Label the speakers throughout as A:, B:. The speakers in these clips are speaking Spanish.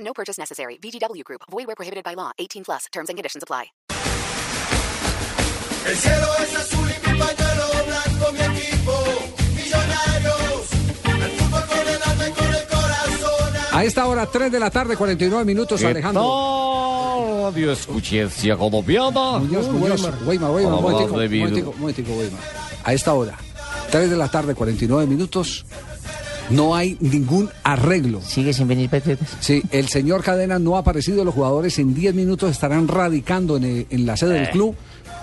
A: No purchase necessary. VGW Group. Void where prohibited by law. 18 plus. Terms and conditions apply.
B: El cielo es azul y mi pañuelo blanco, mi equipo, millonarios, el fútbol con el alma y con el corazón.
C: A esta hora, 3 de la tarde, 49 minutos, Alejandro.
D: No, radio escuchencia colombiana.
C: Muñoz, Muñoz, Weimar, Weimar, un
D: Hola,
C: momentico, un
D: David.
C: momentico, un momentico, Weimar. A esta hora, 3 de la tarde, 49 minutos, no hay ningún arreglo.
E: Sigue sin venir Patriotas.
C: Sí, el señor Cadena no ha aparecido, los jugadores en 10 minutos estarán radicando en, eh, en la sede del club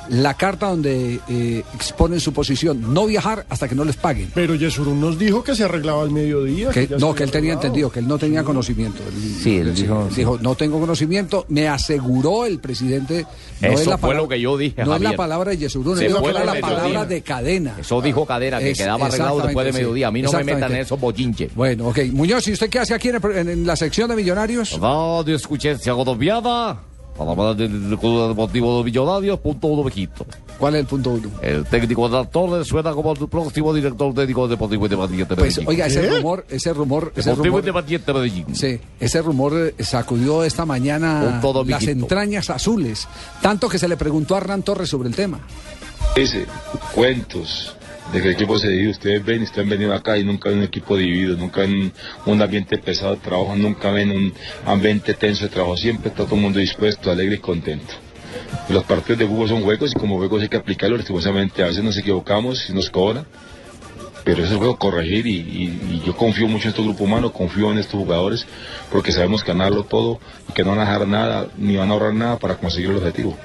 C: la carta donde eh, exponen su posición, no viajar hasta que no les paguen.
F: Pero Yesurún nos dijo que se arreglaba al mediodía.
C: Que-
F: ya
C: no,
F: se
C: que él tenía
F: arreglaba.
C: entendido, que él no tenía conocimiento.
E: Sí, él dijo-
C: no tengo conocimiento, me aseguró el presidente. No
D: Eso
C: es la
D: fue
C: palabra-
D: lo que yo dije,
C: No es la
D: Javier.
C: palabra de Yesurún,
D: Se
C: él dijo que
D: fue
C: era
D: al
C: la
D: mediodía.
C: palabra de cadena.
D: Eso dijo Cadera, que
C: Es-
D: quedaba arreglado después de
C: exactamente,
D: mediodía. A mí no me
C: exactamente.
D: metan en esos bochinches.
C: Bueno, ok. Muñoz, ¿y usted qué hace aquí en, el- en- en la sección de Millonarios?
D: Radio escuchencia colombiana. Palabra del Club Deportivo de Millonarios, punto uno Vejito.
C: ¿Cuál es el punto uno?
D: El técnico de Torres suena como el próximo director técnico del Deportivo Independiente de
C: Pues,
D: Medellín.
C: oiga, ese rumor, ese rumor, ese
D: Deportivo
C: rumor,
D: Independiente de Medellín.
C: sí, ese rumor eh, sacudió esta mañana
D: Con todo,
C: las
D: mijito.
C: entrañas azules, tanto que se le preguntó a Hernán Torres sobre el tema.
G: Dice, cuentos de que el equipo se divide. Ustedes ven, ustedes han venido acá y nunca ven un equipo dividido, nunca ven un ambiente pesado de trabajo, nunca ven un ambiente tenso de trabajo. Siempre está todo el mundo dispuesto, alegre y contento. Los partidos de fútbol son juegos y como juegos hay que aplicarlo respetuosamente. A veces nos equivocamos y nos cobran, pero eso es juego corregir y, y- y yo confío mucho en este grupo humano, confío en estos jugadores porque sabemos ganarlo todo y que no van a dejar nada, ni van a ahorrar nada para conseguir el objetivo.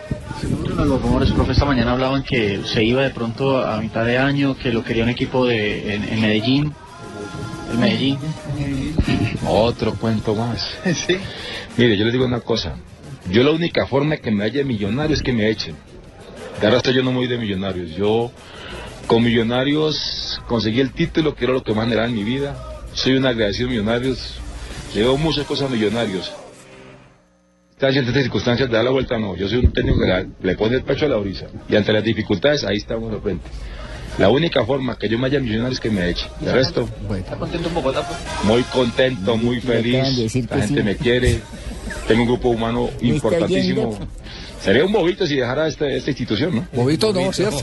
H: Los rumores, profe, esta mañana hablaban que se iba de pronto a mitad de año, que lo quería un equipo de, en, en Medellín. El Medellín.
G: Otro cuento más. Mire, yo les digo una cosa. Yo la única forma que me haya millonario es que me echen. De resto yo no me voy de millonarios. Yo con millonarios conseguí el título que era lo que más generaba en mi vida. Soy un agradecido de millonarios. Le debo muchas cosas a millonarios. Está en estas circunstancias de dar la vuelta, no. Yo soy un técnico que la- le pone el pecho a la brisa. Y ante las dificultades, ahí estamos al frente. La única forma que yo me haya millonario es que me echen. De resto, muy contento, muy
E: Me acaban de
G: feliz.
E: decir
G: La
E: que
G: gente
E: sí.
G: me quiere. Tengo un grupo humano
E: Me está
G: importantísimo.
E: oyendo.
G: Sería un bobito si dejara este- esta institución, ¿no?
C: Bobito no, ¿cierto?